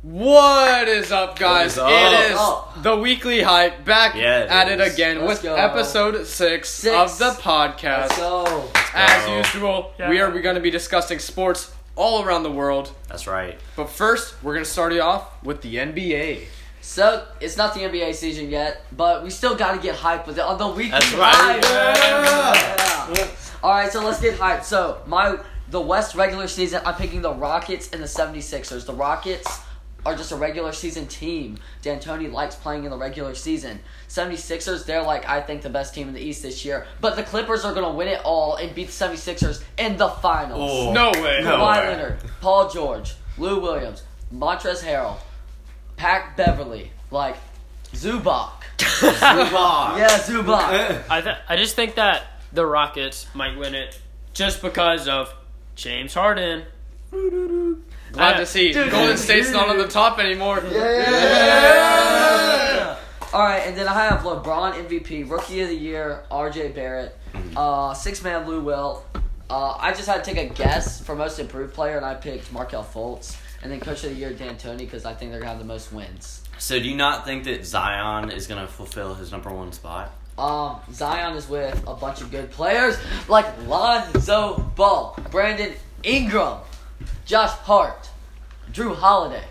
What is up, guys? is up? It is Up. the weekly hype back Yeah, it at it is. again Oh. with Let's go. episode six, Six. of the podcast. So, As go. usual, Yeah. we are going to be discussing sports all around the world. That's right. But first, we're going to start it off with the NBA. so it's not the NBA season yet, but we still gotta get hyped with it. On the weekly That's right. hype. Yeah. Yeah. All right, so let's get hyped. So my the West regular season, I'm picking the Rockets and the 76ers. The Rockets are just a regular season team. D'Antoni likes playing in the regular season. 76ers, they're like I think the best team in the East this year. But the Clippers are gonna win it all and beat the 76ers in the finals. Oh. No way. No. Kawhi way. Leonard, Paul George, Lou Williams, Montrezl Harrell, Pac Beverly, like Zubac. Yeah, Zubac. I, th- I just think that the Rockets might win it just because of James Harden. Glad Uh, to see Golden State's not on the top anymore. All right, and then I have LeBron MVP, Rookie of the Year, RJ Barrett, Mm-hmm. uh, six man Lou Will. Uh, I just had to take a guess for most improved player, and I picked Markel Fultz, and then Coach of the Year Dan Tony because I think they're gonna have the most wins. So do you not think that Zion is gonna fulfill his number one spot? Um, Zion is with a bunch of good players like Lonzo Ball, Brandon Ingram, Josh Hart, Drew Holiday,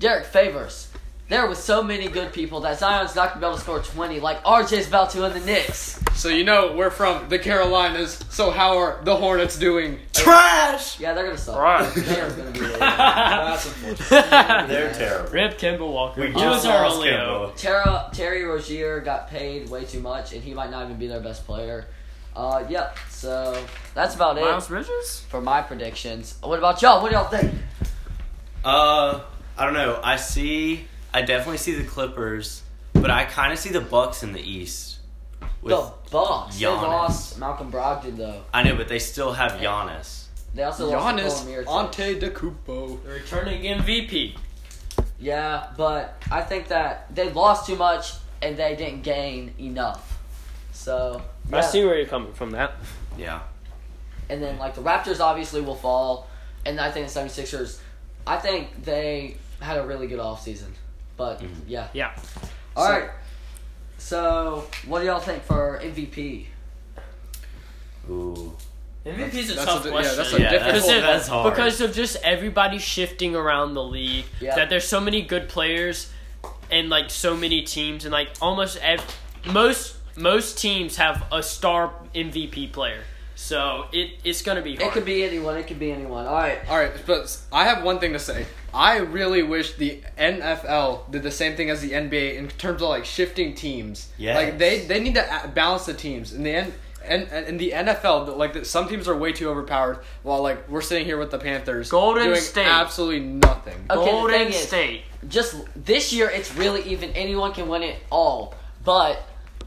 Derek Favors. There was so many good people that Zion's not gonna be able to score 20 like RJ's about to in the Knicks. So, you know, we're from the Carolinas, so how are the Hornets doing? Trash. Yeah, they're gonna suck. Right. They're gonna be They're terrible. Rip Kimball Walker. We He just was our lost only O. Kimbo. Tara, Terry Rozier got paid way too much, and he might not even be their best player. Uh, yep. So that's about it Miles Bridges? for my predictions. What about y'all? What do y'all think? Uh, I don't know. I see. I definitely see the Clippers, but I kind of see the Bucks in the East. With, the Bucks. They Giannis. lost Malcolm Brogdon though. I know, but they still have Giannis. They also lost Nikola Giannis Mirotic. Antetokounmpo. The returning MVP. Yeah, but I think that they lost too much and they didn't gain enough. So I yeah. see where you're coming from that. Yeah. and then like the Raptors obviously will fall, and I think the 76ers, I think they had a really good offseason. But Mm-hmm. yeah, Yeah. all right. So what do y'all think for MVP? Ooh. MVP's a That's tough a- yeah, question. that's a Yeah, that's, difficult- Because it- that's hard. because of just everybody shifting around the league Yeah. that there's so many good players and like so many teams and like almost ev- most most teams have a star MVP player so it it's gonna be hard It could be anyone. It could be anyone. All right. All right, but I have one thing to say. I really wish the NFL did the same thing as the NBA in terms of like shifting teams. Yes. Like they they need to a- balance the teams. In the end, and in the NFL, the- like the, some teams are way too overpowered. While like we're sitting here with the Panthers, Golden doing State. absolutely nothing. Okay, the Golden thing is- State just this year it's really even anyone can win it all but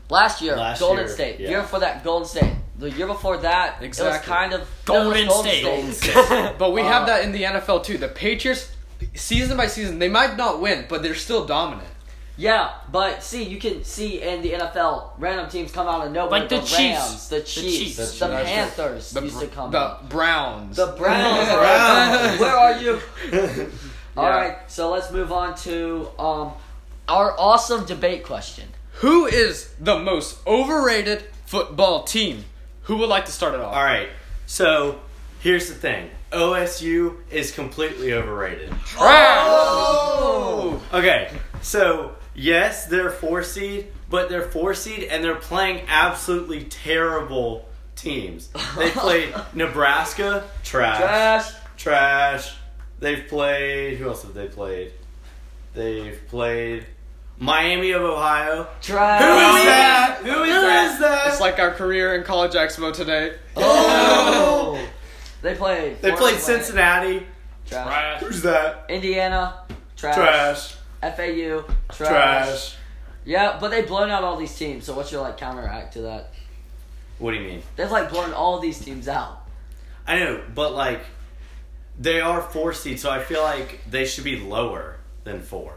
last year Last golden year, state yeah. year before that golden state the year before that it was Exactly. kind of Golden, it was State, But we Uh, have that in the NFL too. The Patriots, season by season, they might not win, but they're still dominant. yeah but see you can see in the nfl random teams come out of nowhere Like the Rams, Chiefs. the The chiefs Chiefs. the, The Chiefs. panthers The used Br- to come the out Browns. the browns The are- Browns. where are you all Yeah. right so let's move on to um, our awesome debate question Who is the most overrated football team? Who would like to start it off? All right. So here's the thing. OSU is completely overrated. Oh! Okay, so yes, they're four seed, but they're four seed and they're playing absolutely terrible teams. They played Nebraska, trash, Trash. trash. They've played. Who else have they played? They've played Miami of Ohio. Trash. Who is that? Uh, Who is that? It's like our career in college expo today. Oh. they played. they Florida played Cincinnati. Trash. Right. Who's that? Indiana. Trash. Trash, FAU. Trash. trash. Yeah, but they've blown out all these teams. So what's your like counteract to that? What do you mean? They've like blown all these teams out. I know, but like they are four seed, so I feel like they should be lower than four.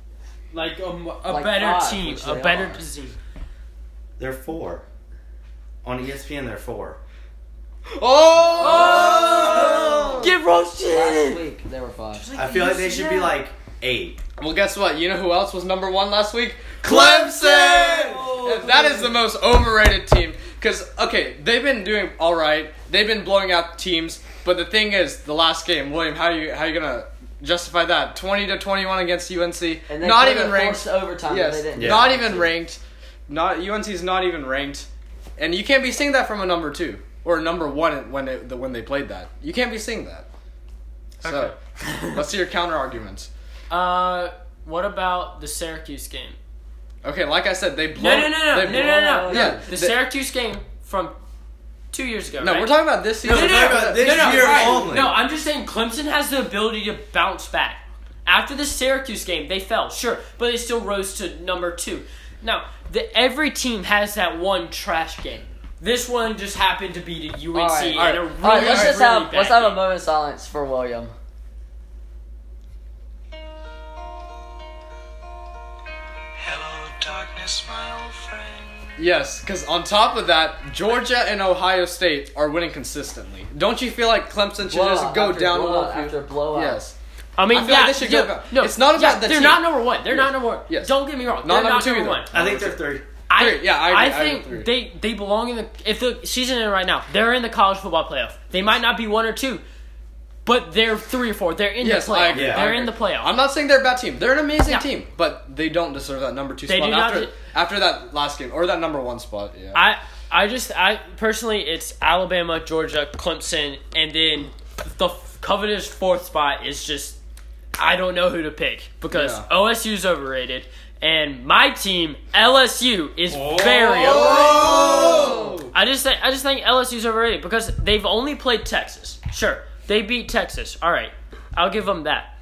like a, m- a Like better five, team which a they better are. team They're four. On E ESPN, they're four. Oh! Oh, Get roasted. Last week they were five. I feel like they should be like eight. Well, guess what? You know who else was number one last week? Clemson! And that is the most overrated team. Because, okay, they've been doing all right. They've been blowing out teams. But the thing is, the last game, William, how you how you going to justify that? 20 to 21 against UNC. And they not could've even ranked. forced overtime, but Yes, Um, they didn't. Yeah. not even ranked. Not UNC's not even ranked. And you can't be seeing that from a number two or a number one when it, when they played that. You can't be seeing that. So, let's see your counter arguments. Uh, what about the Syracuse game? Okay, like I said, they blow. No, no, no, no, they no, no, blow- no, no. Yeah, The they- Syracuse game from two years ago. No, right? we're talking about this season. we're talking about this no, no, year right. only. No, I'm just saying Clemson has the ability to bounce back. After the Syracuse game, they fell, sure, but they still rose to number two. Now, the, every team has that one trash game. This one just happened to be to UNC All right, and all right. a All really, right, let's just really have bad let's have a game. moment of silence for William. Hello, darkness, my old friend. Yes, because on top of that, Georgia and Ohio State are winning consistently. Don't you feel like Clemson should just Blowout go after down a blowout little few? after blowout. Yes. I mean, I feel yeah, like they should yeah, go back. No, It's not yeah, about the They're team. not number one. They're not number one. Yes. Don't get me Not wrong. they're number not two number either. one. I think they're three. I, Three, yeah, I agree, I think agree. they they belong in the if the season in right now, they're in the college football playoff. They might not be one or two, but they're three or four. They're in Yes, the I playoff. agree. Yeah. I They're agree. in the playoff. I'm not saying they're a bad team. They're an amazing Yeah. team, but they don't deserve that number two They spot do not after de- after that last game or that number one spot. Yeah. I I just I personally it's Alabama, Georgia, Clemson, and then the f- coveted fourth spot is just I don't know who to pick because Yeah. OSU's overrated and my team LSU is very overrated. oh. I just think I just think LSU's overrated because they've only played Texas. Sure, they beat Texas. All right, I'll give them that.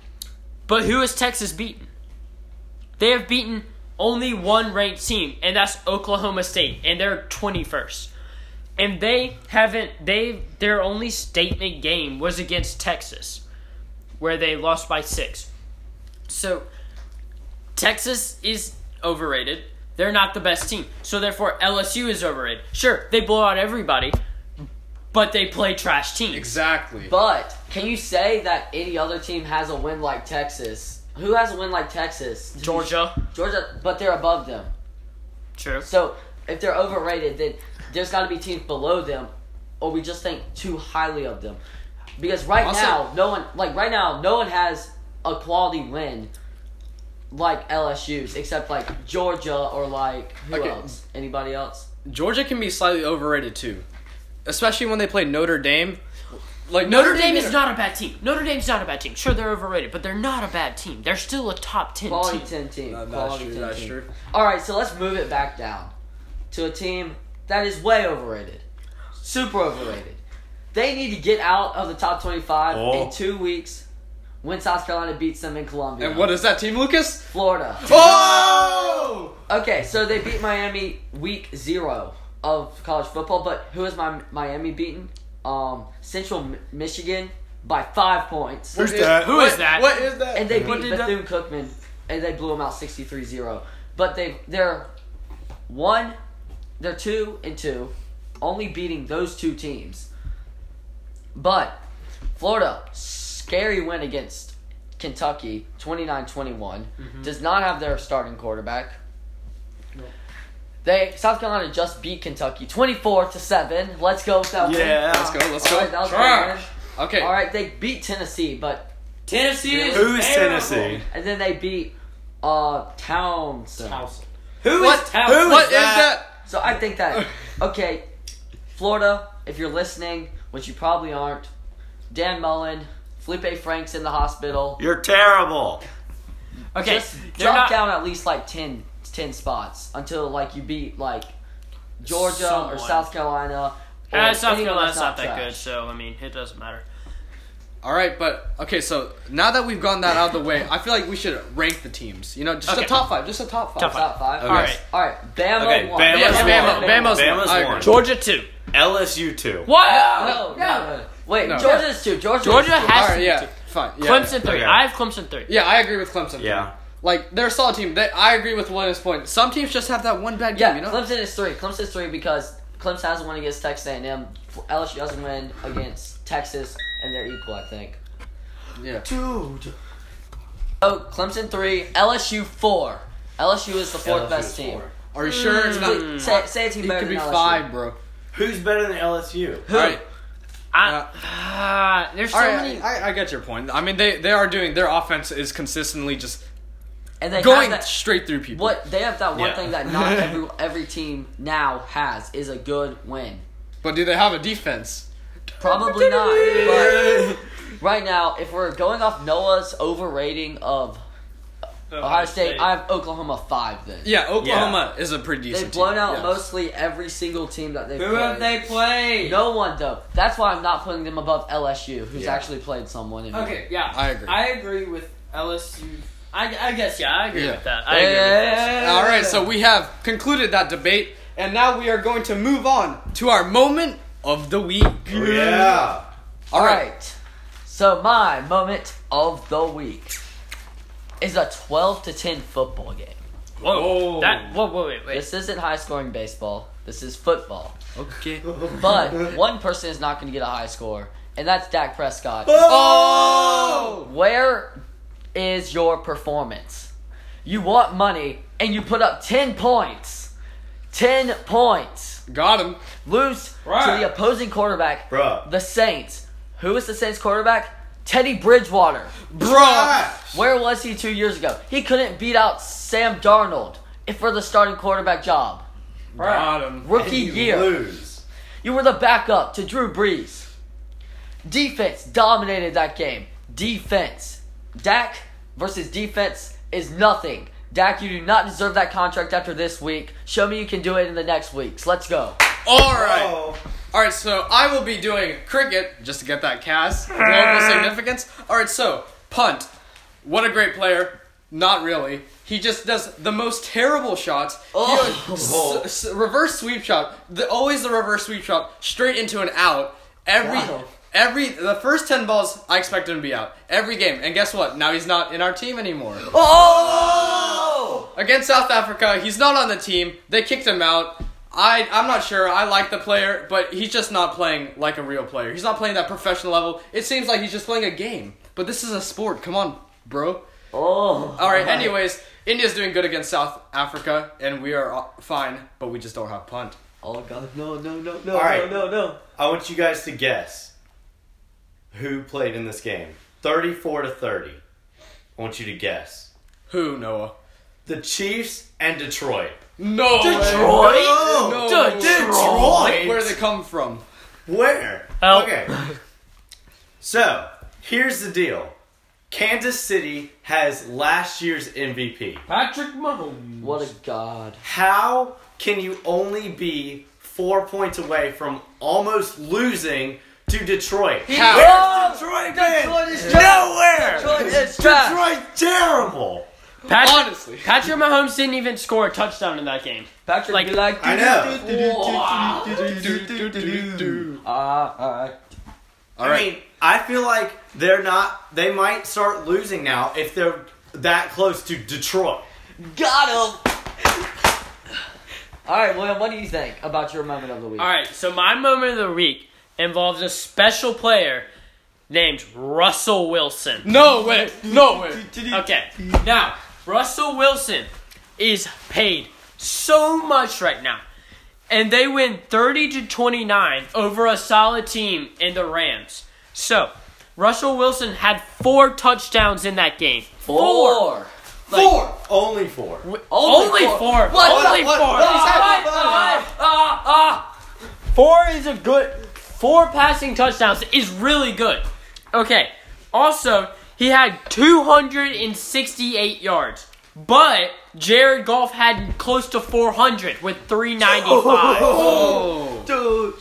But who has Texas beaten? They have beaten only one ranked team, and that's Oklahoma State, and they're twenty first. And they haven't. They their only statement game was against Texas, where they lost by six. So Texas is overrated. They're not the best team. So therefore LSU is overrated. Sure, they blow out everybody, but they play trash teams. Exactly. But can you say that any other team has a win like Texas? Who has a win like Texas? Georgia. Georgia, but they're above them. True. So if they're overrated, then there's got to be teams below them, or we just think too highly of them. Because right Also- now, no one like right now, no one has a quality win like LSU's, except like Georgia or like who Okay. else? Anybody else? Georgia can be slightly overrated too, especially when they play Notre Dame. Like Notre Dame is not a bad team. Notre Dame's not a bad team. Sure, they're overrated, but they're not a bad team. They're still a top ten Quality team. ten team. Uh, that's quality true, ten that's team. true. All right, so let's move it back down to a team that is way overrated, super overrated. They need to get out of the top twenty-five Oh. in two weeks. When South Carolina beats them in Columbia, And what is that team, Lucas? Florida? Oh! Okay, so they beat Miami week zero of college football, but who has my Miami beaten? Um, Central Mi- Michigan by five points, Who's that? Who is that? What is that? and they What beat did that- Bethune Cookman, and they blew them out 63-0. But they they're one, they're two and two, only beating those two teams. But Florida, scary win against Kentucky, 29-21. Mm-hmm. Does not have their starting quarterback. They South Carolina just beat Kentucky 24 to 7. Let's go with that Yeah. win. Let's go. Let's All go. right, that was a Trash. good Okay. All right, they beat Tennessee, but Tennessee is Who is Tennessee? and then they beat uh Townsend. Who What? Who What is is that? that? So I think that okay, Florida, if you're listening, which you probably aren't, Dan Mullen, Felipe Franks in the hospital. You're terrible. Okay, Just they're drop not. down at least like 10, 10 spots until like you beat like Georgia or Someone. South Carolina. Or Uh, South anyone Carolina's that's not that good, trash. so I mean it doesn't matter. All right, but okay. So now that we've gotten that out of the way, I feel like we should rank the teams. You know, just Okay. a top five. Just a top five. Top Top five. Okay. All right, All right, Bama Okay, one. Bama's Yes, Bama. one. Bama's, Bama's I agree. one. Georgia two. LSU two. Wow. No, no, no. Wait, No. Georgia's two. Georgia. Georgia is two. has All to right, be yeah, two. fine. Yeah, Clemson three. Okay. I have Clemson three. Yeah, I agree with Clemson. Yeah. like they're a solid team. They, I agree with William's point. Some teams just have that one bad game. Yeah, you know, Clemson is three. Clemson is three because Clemson has a win against Texas A&M. LSU has a win against Texas, and they're equal, I think. yeah. Dude. Oh, Clemson three, LSU four. LSU is the fourth LSU best is team. four. Are you sure it's not? Say, say a team It better could than be LSU. five, bro. Who's better than LSU? All right. Uh, uh, I, ah, there's so All right, many. I, I get your point. I mean, they, they are doing their offense is consistently just And they going have that, straight through people. what they have that one Yeah. thing that not every every team now has is a good win. But do they have a defense? Probably not. But right now, if we're going off Noah's overrating of Ohio State, I have Oklahoma five. Then Yeah, Oklahoma is a pretty decent. they've blown team. out yes. mostly every single team that they've. Who have played. they played? No one though. That's why I'm not putting them above LSU, who's Yeah. actually played someone. In Okay, yeah. I agree. I agree with LSU. I, I guess yeah, I agree Yeah. with that. I agree with that. All right, so we have concluded that debate, and now we are going to move on to our moment of the week. Oh, Yeah. All All right. right. So my moment of the week is a 12 to 10 football game. Whoa, Whoa. that whoa, whoa, wait, wait. This isn't high scoring baseball. This is football. Okay. But one person is not going to get a high score, and that's Dak Prescott. Oh! Where is your performance? You want money and you put up 10 points. 10 points. Got him. Lose Right. to the opposing quarterback, Bruh. the Saints. Who is the Saints quarterback? Teddy Bridgewater. Bruh. Where was he two years ago? He couldn't beat out Sam Darnold if for the starting quarterback job. Got him. Rookie You year. lose. You were the backup to Drew Brees. Defense dominated that game. Defense. Dak versus defense is nothing. Dak, you do not deserve that contract after this week. Show me you can do it in the next weeks. Let's go. All right. Oh. All right, so I will be doing cricket just to get that cast global significance. All right, so punt. What a great player. Not really. He just does the most terrible shots. Oh. reverse sweep shot. The, always the reverse sweep shot straight into an out. Every Wow. every the first 10 balls I expect him to be out. Every game. And guess what? Now he's not in our team anymore. Oh! Against South Africa, he's not on the team. They kicked him out. I I'm not sure. I like the player, but he's just not playing like a real player. He's not playing that professional level. It seems like he's just playing a game. But this is a sport. Come on, bro. Oh. All right. Anyways, India's doing good against South Africa, and we are uh, fine. But we just don't have punt. Oh, God. No, no, no, no, All right. no, no, no. I want you guys to guess who played in this game. 34 to 30. I want you to guess. Who Noah? The Chiefs and Detroit. No. Detroit. Oh, No. Detroit. Where do they come from? Where? Oh. Okay. So, here's the deal. Kansas City has last year's MVP. Patrick Mahomes. What a god. How can you only be four points away from almost losing to Detroit? How? Detroit, man? Detroit is nowhere. Detroit is trash. Detroit terrible. Patrick, Honestly. Patrick Mahomes didn't even score a touchdown in that game. Patrick, Like- you like I know. Ah, alright. All right. I mean, I feel like they're not. They might start losing now if they're that close to Detroit. Got him! Alright, William, what do you think about your moment of the week? All right, so my moment of the week involves a special player named Russell Wilson. no way. No way. Okay, now Russell Wilson is paid so much right now, and they win thirty to twenty nine over a solid team in the Rams. So Russell Wilson had four touchdowns in that game. Four. Four, only four. Only four. What? Only What? four. What? What? Ah, ah, ah, ah. Four is a good. Four passing touchdowns is really good. Okay. Also, he had 268 yards, but Jared Goff had close to 400 with 395. Oh. Dude.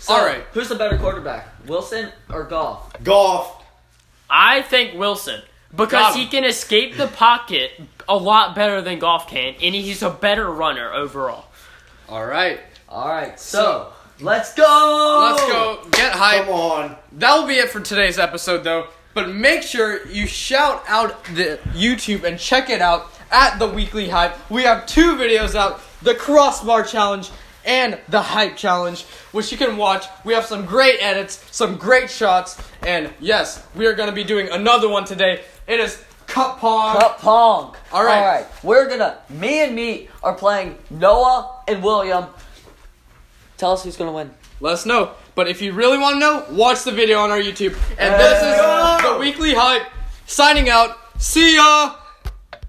So, Alright. Who's the better quarterback, Wilson or Golf? Golf. I think Wilson because he can escape the pocket a lot better than Goff can, and he's a better runner overall. All right. Alright, so, let's go! Let's go. Get hype. Come on. That will be it for today's episode, though. But make sure you shout out the YouTube and check it out at the Weekly Hype. We have two videos out: the Crossbar Challenge and the Hype Challenge, which you can watch. We have some great edits, some great shots, and yes, we are going to be doing another one today. It is Cup pong. Cup Pong. All right. All right. We're gonna. Me and me are playing Noah and William. Tell us who's gonna win. Let us know. But if you really want to know, watch the video on our YouTube. And this is the weekly hype. Signing out. See ya.